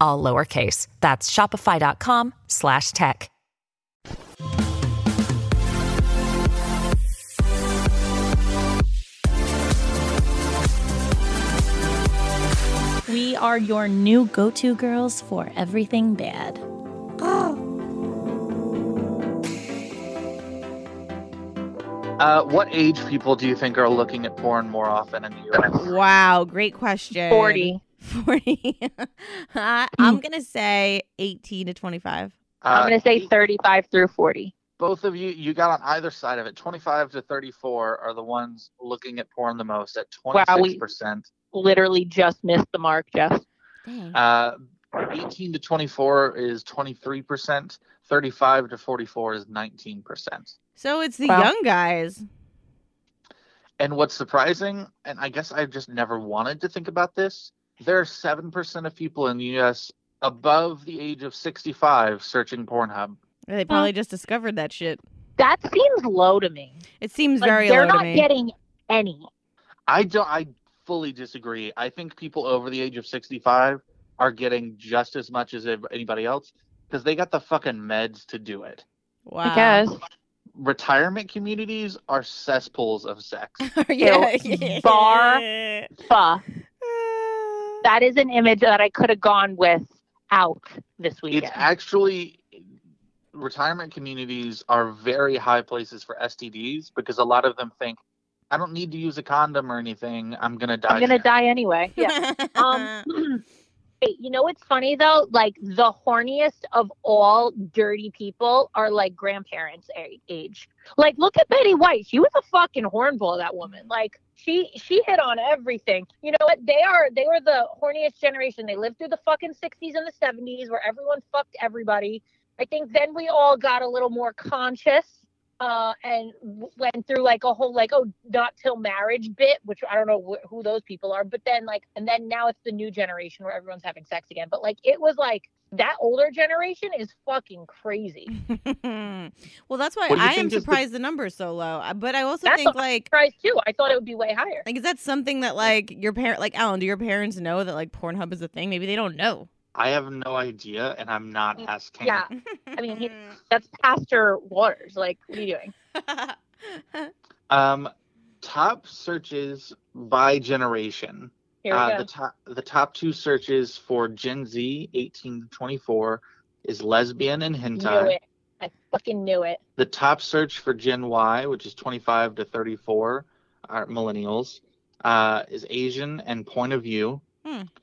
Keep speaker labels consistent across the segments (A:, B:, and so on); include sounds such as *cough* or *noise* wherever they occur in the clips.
A: all lowercase. That's shopify.com slash tech.
B: We are your new go to girls for everything bad.
C: Uh, what age people do you think are looking at porn more often in the Uh, U.S.?
D: Wow, great question. *laughs*
E: 40.
D: 40. Uh, I'm going to say 18 to 25.
E: I'm
C: Uh,
E: going to say
C: e-
E: 35 through 40.
C: Both of you, you got on either side of it. 25 to 34 are the ones looking at porn the most at
E: Wow,
C: 26
E: we-
C: percent.
E: Literally just missed the mark, Jeff.
D: Dang.
C: Uh, 18 to 24 is 23 percent. 35 to 44 is 19 percent.
D: So it's the
E: Wow.
D: young guys.
C: And what's surprising, and I guess I just never wanted to think about this, there are 7% of people in the US above the age of 65 searching Pornhub.
D: They probably just discovered that shit.
E: That seems low to me.
D: It seems
E: Like,
D: very
E: they're
D: low
E: not
D: to me.
E: getting any.
C: I don't I fully disagree. I think people over the age of 65 are getting just as much as ev- anybody else because they got the fucking meds to do it.
D: wow.
E: I guess.
C: Retirement communities are cesspools of
E: *laughs*
C: sex.
D: *laughs* yeah. *laughs*
E: Bar. Fuck. That is an image that I could have gone with out this weekend.
C: It's actually retirement communities are very high places for STDs because a lot of them think, I don't need to use a condom or anything. I'm gonna die.
E: I'm going to
C: here."
D: *laughs*
E: die anyway.
D: Yeah.
E: Um, hey, you know what's funny though? Like the horniest of all dirty people are like grandparents a- age. Like look at Betty White. She was a fucking hornball. That woman. Like she she hit on everything. You know what? They are they were the horniest generation. They lived through the fucking sixties and the seventies where everyone fucked everybody. I think then we all got a little more conscious uh, and w- went through like a whole like oh not till marriage bit, which I don't know wh- who those people are. But then like and then now it's the new generation where everyone's having sex again. But like it was like that older generation is fucking crazy.
D: *laughs* well, that's why
C: What do you
D: I am
C: think is the-
D: surprised the number's so low. Uh, But I also
E: That's
D: think
E: what-
D: like
E: Price too. I thought it would be way higher.
D: like is that something that like your parent like Alan, do your parents know that like Pornhub is a thing? Maybe they don't know.
C: I have no idea, and I'm not asking.
E: Mm, Yeah, I
D: *laughs*
E: mean, he- that's Pastor Waters. Like what are you doing?
C: Um, top searches by generation.
E: Here we
C: uh,
E: go.
C: The top the top two searches for Gen Z 18 to 24 is lesbian and
E: Knew
C: hentai.
E: it. I fucking knew it.
C: The top search for Gen Y, which is 25 to 34, are millennials. Uh, is Asian and point of view.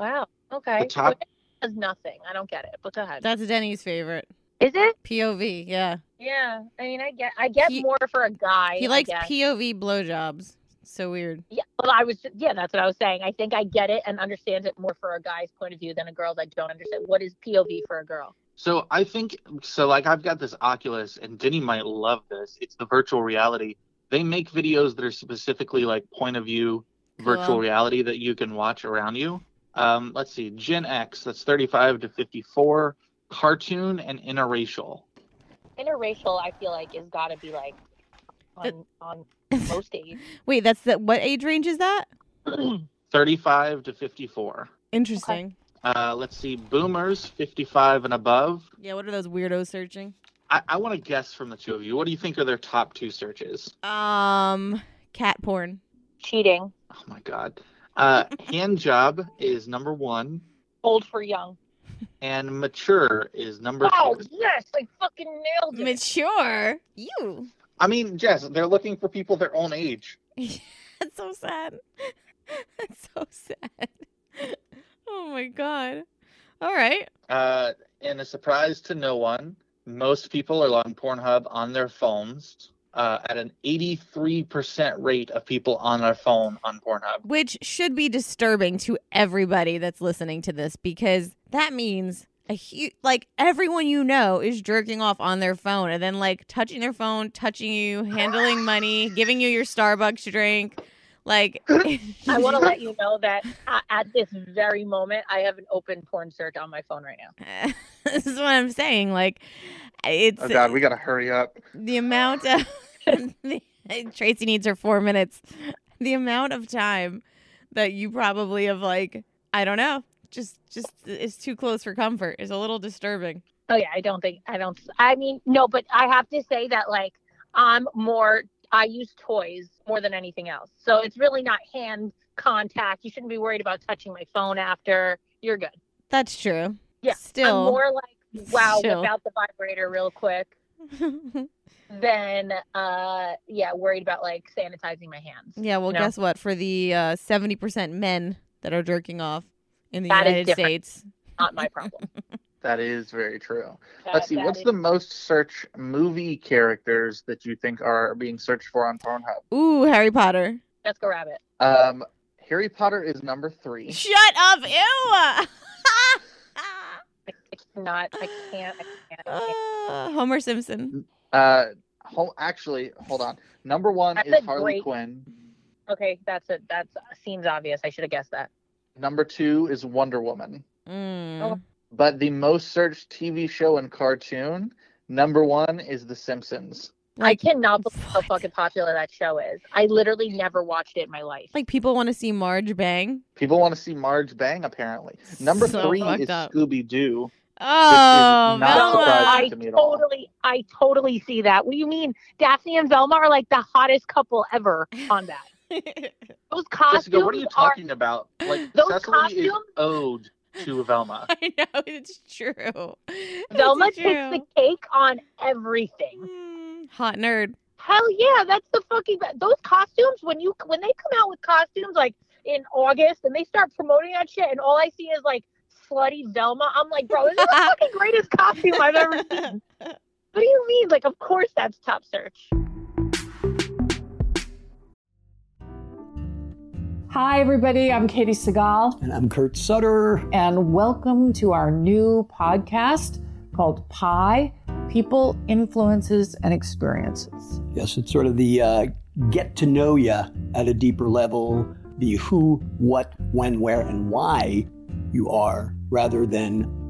E: Wow. Okay.
C: The top-
E: Well, it does nothing. I don't get it. But go
D: *laughs*
E: ahead.
D: That's Denny's favorite.
E: Is it?
D: POV, yeah.
E: Yeah. I mean, I get. I get
D: He-
E: more for a guy.
D: He
E: I
D: likes
E: guess.
D: POV blowjobs. So weird.
E: Yeah, well, I was. Yeah, that's what I was saying. I think I get it and understand it more for a guy's point of view than a girl's. I don't understand what is POV for a girl.
C: So I think so. Like I've got this Oculus, and Denny might love this. It's the virtual reality. They make videos that are specifically like point of view virtual
D: Cool.
C: reality that you can watch around you. Um, let's see, Gen X, that's 35 to 54, cartoon and interracial.
E: Interracial, I feel like, is got to be like on on most age.
D: Wait, that's the what age range is that?
C: 35 to 54.
D: Interesting.
C: Uh, let's see, boomers, 55 and above.
D: Yeah, what are those weirdos searching?
C: I, I want to guess from the two of you. What do you think are their top two searches?
D: Um cat porn.
E: Cheating,
C: Oh my God. Uh, hand job is number one.
E: old for young.
C: and mature is number
E: Oh
C: two.
E: yes, I fucking nailed it.
D: Mature. You.
C: I mean, Jess, they're looking for people their own age.
D: That's so sad. *laughs* That's so sad. *laughs* Oh my god. All right.
C: Uh, and a surprise to no one, most people are on Pornhub on their phones uh, at an 83% rate of people on their phone on Pornhub.
D: Which should be disturbing to everybody that's listening to this because that means a huge like everyone you know is jerking off on their phone and then like touching their phone, touching you, handling money, giving you your Starbucks drink. Like *laughs*
E: I want to let you know that uh, at this very moment, I have an open porn search on my phone right now.
D: this is what I'm saying. Like it's
C: Oh God, we gotta hurry up.
D: the amount of *laughs* the- Tracy needs her four minutes. The amount of time that you probably have like I don't know, just just it's too close for comfort. It's a little disturbing.
E: Oh yeah, I don't think I don't. I mean, no, but I have to say that like I'm more. I use toys more than anything else, so it's really not hand contact. You shouldn't be worried about touching my phone after. You're good.
D: That's true.
E: Yeah,
D: Still.
E: I'm more like wow,
D: Still.
E: whip out the vibrator real quick than uh yeah, worried about like sanitizing my hands.
D: *laughs* yeah, well
E: No.
D: guess what? For the uh, seventy percent men that are jerking off in the
E: That is
D: United
E: different.
D: States.
E: Not
D: *laughs*
E: my problem.
C: That is very true.
E: That-
C: Let's see,
E: that
C: what's
E: is-
C: the most searched movie characters that you think are being searched for on Pornhub?
D: Ooh, Harry Potter.
E: Let's go rabbit.
C: Um, Harry Potter is number three.
D: Shut up, ew.
E: I, I cannot. I can't. I
D: *sighs*
E: can't. I can't.
D: *laughs* Uh, Homer Simpson.
C: Uh, ho- actually, hold on. Number one
E: That's
C: is
E: a
C: Harley
E: great-
C: Quinn.
E: Okay, that's it. That's seems obvious. I should have guessed that.
C: Number two is Wonder Woman.
D: Mm.
C: But the most searched TV show and cartoon, number one is The Simpsons.
D: Like-
E: I cannot believe how
D: what?
E: fucking popular that show is. I literally never watched it in my life.
D: Like people want to see Marge bang.
C: People want to see Marge bang, apparently. Number
D: So
C: three
D: fucked
C: is
D: up.
C: Scooby Doo.
D: Oh,
C: not
E: No,
C: surprising
E: I
D: Velma.
C: to me at all.
E: totally, I totally see that. What do you mean? Daphne and Velma are like the hottest couple
D: *laughs*
E: ever on that. Those costumes
C: Jessica, what are you
E: are.
C: talking about? Like
E: Those
C: Cecily is
E: costumes-
C: owed to
D: *laughs*
C: Velma.
D: I know it's true.
E: Velma
D: it's
E: takes the cake on everything.
D: Mm, hot nerd.
E: Hell yeah, that's the fucking be- those costumes. When you when they come out with costumes like in August and they start promoting that shit, and all I see is like slutty Velma. I'm like, bro, this is the fucking greatest costume I've ever seen. What do you mean? Like, of course that's top search.
F: Hi, everybody. I'm Katie Segal,
G: And I'm Kurt Sutter.
F: and welcome to our new podcast called Pie People, Influences, and Experiences.
G: Yes, it's sort of the uh, get to know ya at a deeper level, the who, what, when, where, and why you are, rather than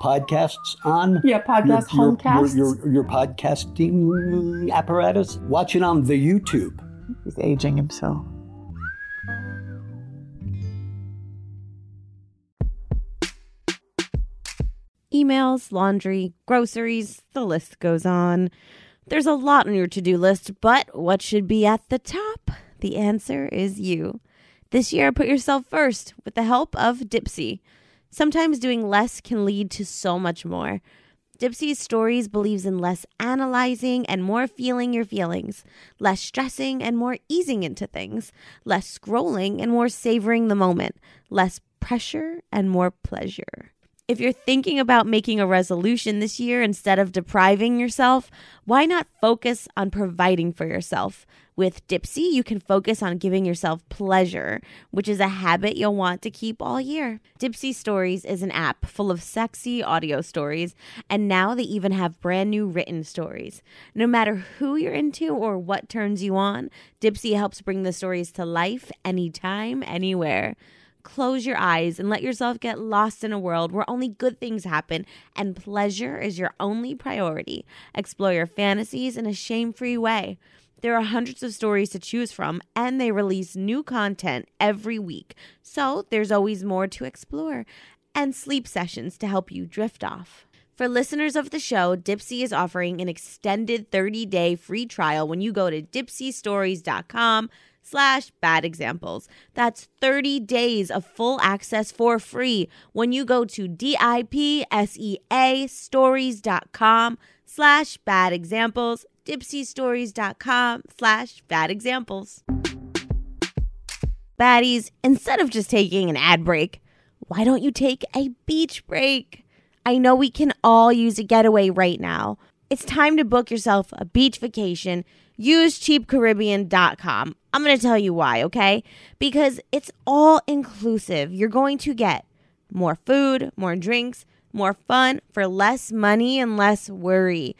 G: podcasts on.
F: Yeah,
G: Your,
F: podcast,
G: your, your,
F: homecasts.
G: your, your podcasting apparatus. Watch it on the YouTube.
F: He's aging himself.
H: emails, laundry, groceries, the list goes on. There's a lot on your to do list, but what should be at the top? The answer is you. This year, put yourself first with the help of Dipsy. Sometimes doing less can lead to so much more. Dipsy's Stories believes in less analyzing and more feeling your feelings, less stressing and more easing into things, less scrolling and more savoring the moment, less pressure and more pleasure. If you're thinking about making a resolution this year instead of depriving yourself, why not focus on providing for yourself? With Dipsy, you can focus on giving yourself pleasure, which is a habit you'll want to keep all year. Dipsy Stories is an app full of sexy audio stories, and now they even have brand new written stories. No matter who you're into or what turns you on, Dipsy helps bring the stories to life anytime, anywhere. Close your eyes and let yourself get lost in a world where only good things happen and pleasure is your only priority. Explore your fantasies in a shame free way. There are hundreds of stories to choose from, and they release new content every week. So there's always more to explore and sleep sessions to help you drift off. For listeners of the show, Dipsy is offering an extended 30-day free trial when you go to dipsystories.com slash bad examples. That's 30 days of full access for free when you go to E D-I-P-S-E-A stories.com slash bad examples, dipsystories.com slash bad examples. Baddies, instead of just taking an ad break, why don't you take a beach break? I know we can all use a getaway right now. It's time to book yourself a beach vacation. Use cheapcaribbean.com. I'm going to tell you why, okay? Because it's all inclusive. You're going to get more food, more drinks, more fun for less money and less worry.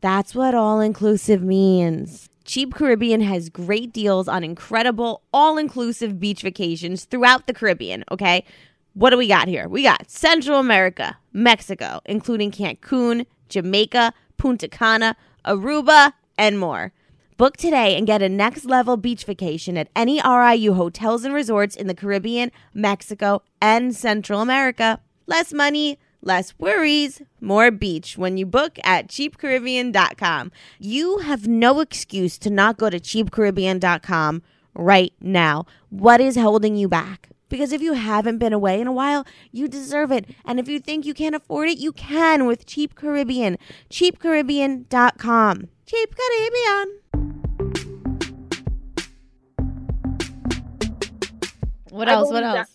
H: That's what all inclusive means. Cheap Caribbean has great deals on incredible all inclusive beach vacations throughout the Caribbean, okay? What do we got here? We got Central America, Mexico, including Cancun, Jamaica, Punta Cana, Aruba, and more. Book today and get a next level beach vacation at any RIU hotels and resorts in the Caribbean, Mexico, and Central America. Less money, less worries, more beach when you book at cheapcaribbean.com. You have no excuse to not go to cheapcaribbean.com right now. What is holding you back? Because if you haven't been away in a while, you deserve it. And if you think you can't afford it, you can with Cheap Caribbean. CheapCaribbean.com. Cheap Caribbean.
D: What
E: I
D: else? What
E: believe that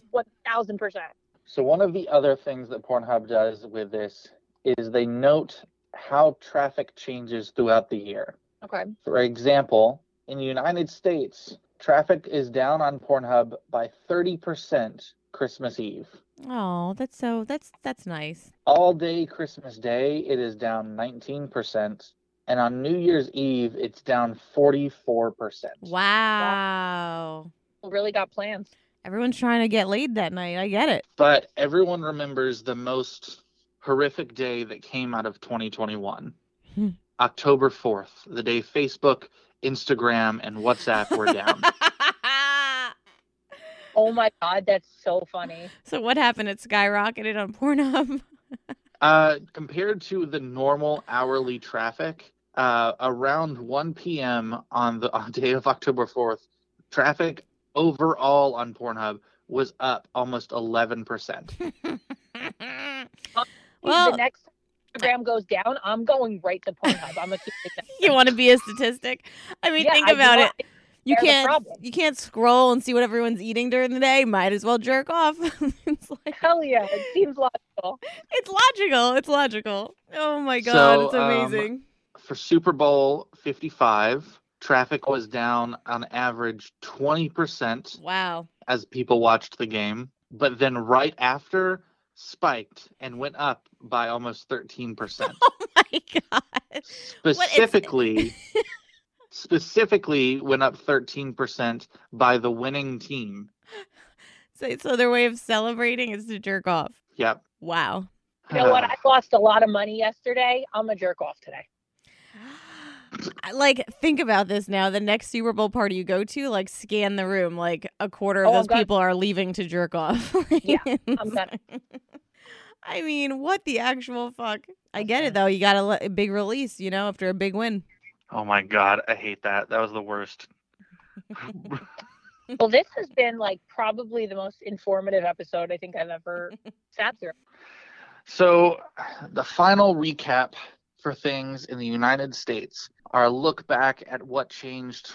D: else?
E: 1000%.
C: So one of the other things that Pornhub does with this is they note how traffic changes throughout the year.
E: Okay.
C: For example, in the United States, traffic is down on Pornhub by 30% Christmas Eve.
D: Oh, that's so that's that's nice.
C: All day Christmas Day, it is down 19%. And on New Year's Eve, it's down 44%.
D: Wow.
E: Really got plans.
D: Everyone's trying to get laid that night. I get it.
C: But everyone remembers the most horrific day that came out of 2021
D: Hmm.
C: October 4th, the day Facebook, Instagram, and WhatsApp were
D: *laughs*
C: down.
E: Oh my God, that's so funny.
D: so what happened? It skyrocketed on Pornhub. *laughs*
C: Uh, compared to the normal hourly traffic, uh, around 1 p.m. on the on day of October 4th, traffic overall on Pornhub was up almost 11%.
D: Well-
E: the next Instagram goes down, I'm going right to Pornhub. I'm gonna keep it
D: *laughs*
E: down.
D: you want to be a statistic? I mean,
E: Yeah,
D: think
E: I do
D: about it.
E: not-
D: You
E: They're the
D: can't
E: problem.
D: you can't scroll and see what everyone's eating during the day. Might as well jerk off. *laughs* it's like
E: Hell yeah, it seems logical.
D: it's logical. It's logical. Oh my god,
C: So,
D: it's
C: um,
D: amazing.
C: For Super Bowl 55, traffic was down on average 20%
D: wow. *laughs*
C: as people watched the game, but then right after spiked and went up by almost 13%.
D: Oh my god. it's-
C: specifically specifically went up 13% by the winning team
D: *laughs* So, so their way of celebrating is to jerk off.
C: yep
D: Wow.
E: You know
C: *laughs* *sighs*
E: what?
C: Uh,
E: I lost a lot of money yesterday. I'm a jerk off
D: *laughs*
E: today.
D: I- Like, think about this now. The next Super Bowl party you go to, like, scan the room. Like, a quarter of
E: Oh, I'm
D: those
E: gonna-
D: people are leaving to jerk off. *laughs*
E: Yeah,
D: It's
E: I'm gonna-
D: like- I mean, what the actual fuck? I
E: I'm
D: get it
E: gonna-
D: though. You got a, le- a big release, you know, after a big win.
C: oh my god i hate that that was the worst
E: Well, this has been like probably the most informative episode I think I've
D: *laughs*
E: ever sat through.
C: so the final recap for things in the united states are a look back at what changed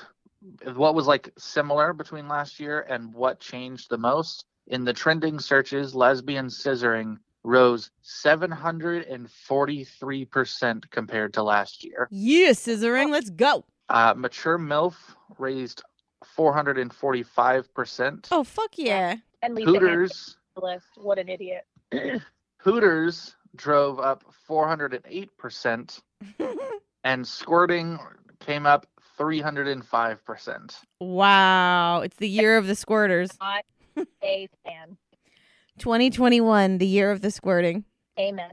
C: what was like similar between last year and what changed the most in the trending searches lesbian scissoring rose 743% compared to last year
D: Yeah, scissoring. Let's go.
C: Uh, mature MILF raised 445%.
D: Oh fuck yeah.
E: And Lisa Anderson
C: Hooters,
E: on the list. What an idiot.
C: Hooters drove up 408%, and squirting came up 305%.
D: wow. It's the year of the squirters.
E: Not a fan.
D: 2021, the year of the squirting.
E: Amen.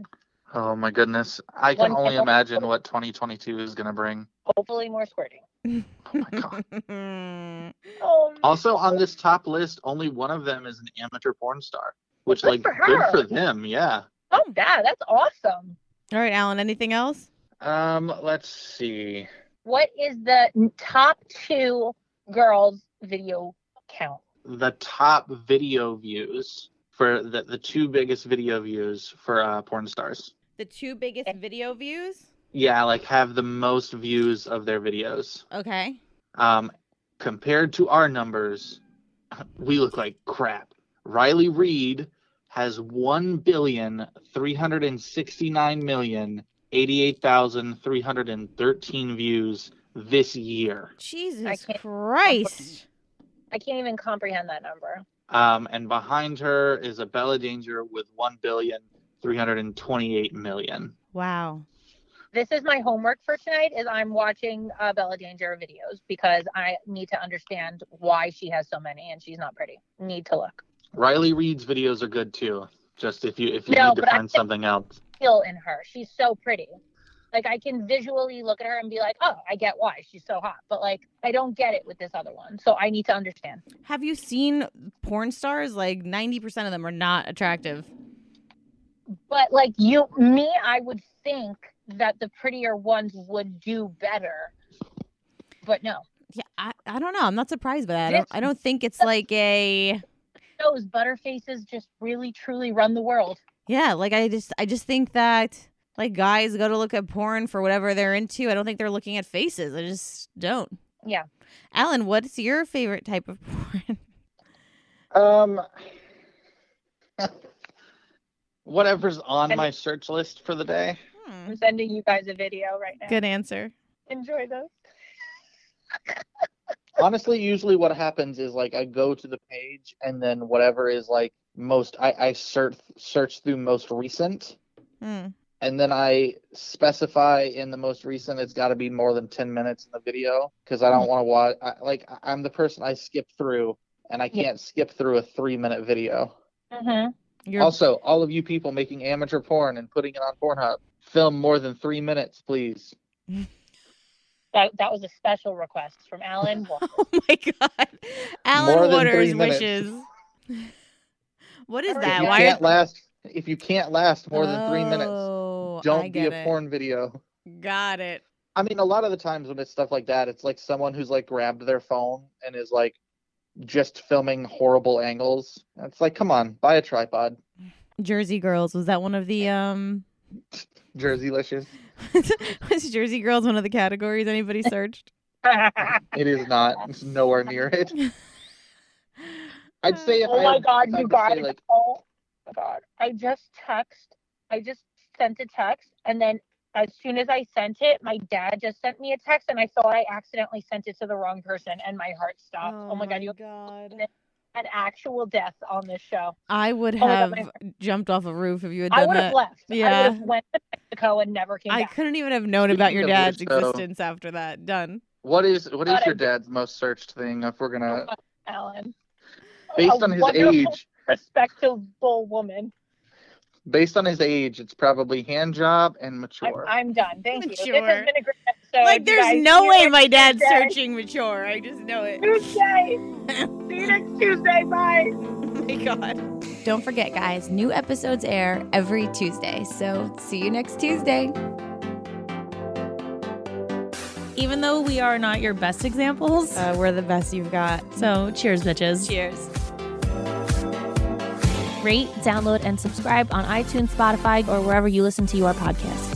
C: Oh my goodness. I can
E: One-
C: only imagine what 2022 is going to bring.
E: Hopefully more squirting.
C: Oh
E: *laughs*
C: my God.
E: Oh,
C: also, on this top list, only one of them is an amateur porn star, which,
E: Good
C: like,
E: for
C: good
E: her.
C: for them. Yeah.
E: fuck that. That's awesome.
D: *laughs* All right, Alan. Anything else?
C: Um, let's see.
E: What is the n- top two girls video count.
C: the top video views for the, the two biggest video views for uh, porn stars.
D: The two biggest video views.
C: Yeah, like have the most views of their videos.
D: Okay.
C: Um, compared to our numbers, *laughs* we look like crap. Riley Reed has one billion three hundred and sixty nine million eighty eight thousand three hundred and thirteen views this year.
D: Jesus
E: can't-
D: Christ.
E: I can't even comprehend that number.
C: Um, and behind her is Abella Danger with one billion three hundred and twenty eight million.
D: Wow.
E: This is my homework for tonight is I'm watching uh, Bella Danger videos because I need to understand why she has so many and she's not pretty. Need to look.
C: Riley Reed's videos are good too. Just if you if you
E: No,
C: need to
E: but I
C: find
E: think-
C: something else.
E: Feel in her. She's so pretty. Like I can visually look at her and be like, "Oh, I get why she's so hot." But like I don't get it with this other one. So I need to understand.
D: Have you seen porn stars? Like ninety percent of them are not attractive.
E: But like you me, I would think that the prettier ones would do better. But no.
D: Yeah, I, I don't know. I'm not surprised by that. I
E: This-
D: don't, I don't think it's like a
E: Those butterfaces just really truly run the world.
D: yeah. Like I just I just think that like guys go to look at porn for whatever they're into. I don't think they're looking at faces. I just don't.
E: Yeah.
D: Alan, what's your favorite type of *laughs* porn?
C: Um *laughs* whatever's on
E: And-
C: my search list for the day.
D: Hmm,
E: I'm sending you guys a video right now.
D: Good answer.
E: Enjoy those.
C: Honestly, usually what happens is like I go to the page and then whatever is like most I, I search search through most recent
D: Hmm.
C: and then I specify in the most recent it's got to be more than 10 minutes in the video because I don't want to watch I, like I- I'm the person I skip through and I
E: Yeah.
C: can't skip through a 3 minute video.
E: Mm-hmm.
D: Your
C: Also, all of you people making amateur porn and putting it on Pornhub, film more than three minutes, please.
E: That that was a special request from Alan. Walker.
D: *laughs* oh my god, Alan
C: More than
D: Waters
C: three minutes.
D: wishes. *laughs* what is
E: If
D: that?
C: if you
D: Why?
C: can't
D: are-
C: last, if you can't last more than three minutes,
D: Oh,
C: don't be
D: I get
C: a
D: it.
C: porn video.
D: Got it.
C: I mean, a lot of the times when it's stuff like that, it's like someone who's like grabbed their phone and is like just filming horrible angles. It's like, come on, buy a tripod,
D: Jersey Girls was that one of the um *laughs*
C: Jersey Licious.
D: was Jersey Girls one of the
C: *laughs*
D: categories anybody searched?
C: It is not. It's nowhere near it. I'd say if
E: oh
C: I
E: my
C: had-
E: god,
C: if I
E: you
C: could say,
E: guys!
C: like
E: oh my god! I just text. I just sent a text, and then as soon as I sent it, my dad just sent me a text, and I thought I accidentally sent it to the wrong person, and my heart stopped. Oh, my god! You
D: god.
E: had actual death on this show.
D: I would
E: Oh my God,
D: have
E: my-
D: jumped off a roof if you had
E: I
D: done
E: would have
D: that.
E: left. I
D: yeah.
E: would have went to Mexico and never came
D: I
E: back.
D: couldn't even have known about your
C: Speaking of
D: dad's
C: which, though-
D: existence after that. Done.
C: what is what is
E: God, I-
C: your dad's most searched thing? If we're gonna
E: Alan.
C: Uh, based
E: A
C: on his
E: wonderful,
C: age,
E: respectable woman.
C: based on his age, it's probably hand job and
E: I'm,
C: mature.
E: I'm done. Thank you. This
D: Mature.
E: has been a great episode.
D: like
E: You
D: there's
E: guys,
D: no
E: see you
D: way
E: next
D: my dad's
E: Tuesday.
D: searching mature. I just know it.
E: Tuesday. See you next Tuesday. Bye.
D: Oh my god.
I: Don't forget, guys, new episodes air every Tuesday. So see you next Tuesday.
B: Even though we are not your best examples,
A: Uh, we're the best you've got.
B: so cheers, bitches.
A: Cheers.
J: Rate, download, and subscribe on iTunes, Spotify, or wherever you listen to your podcast.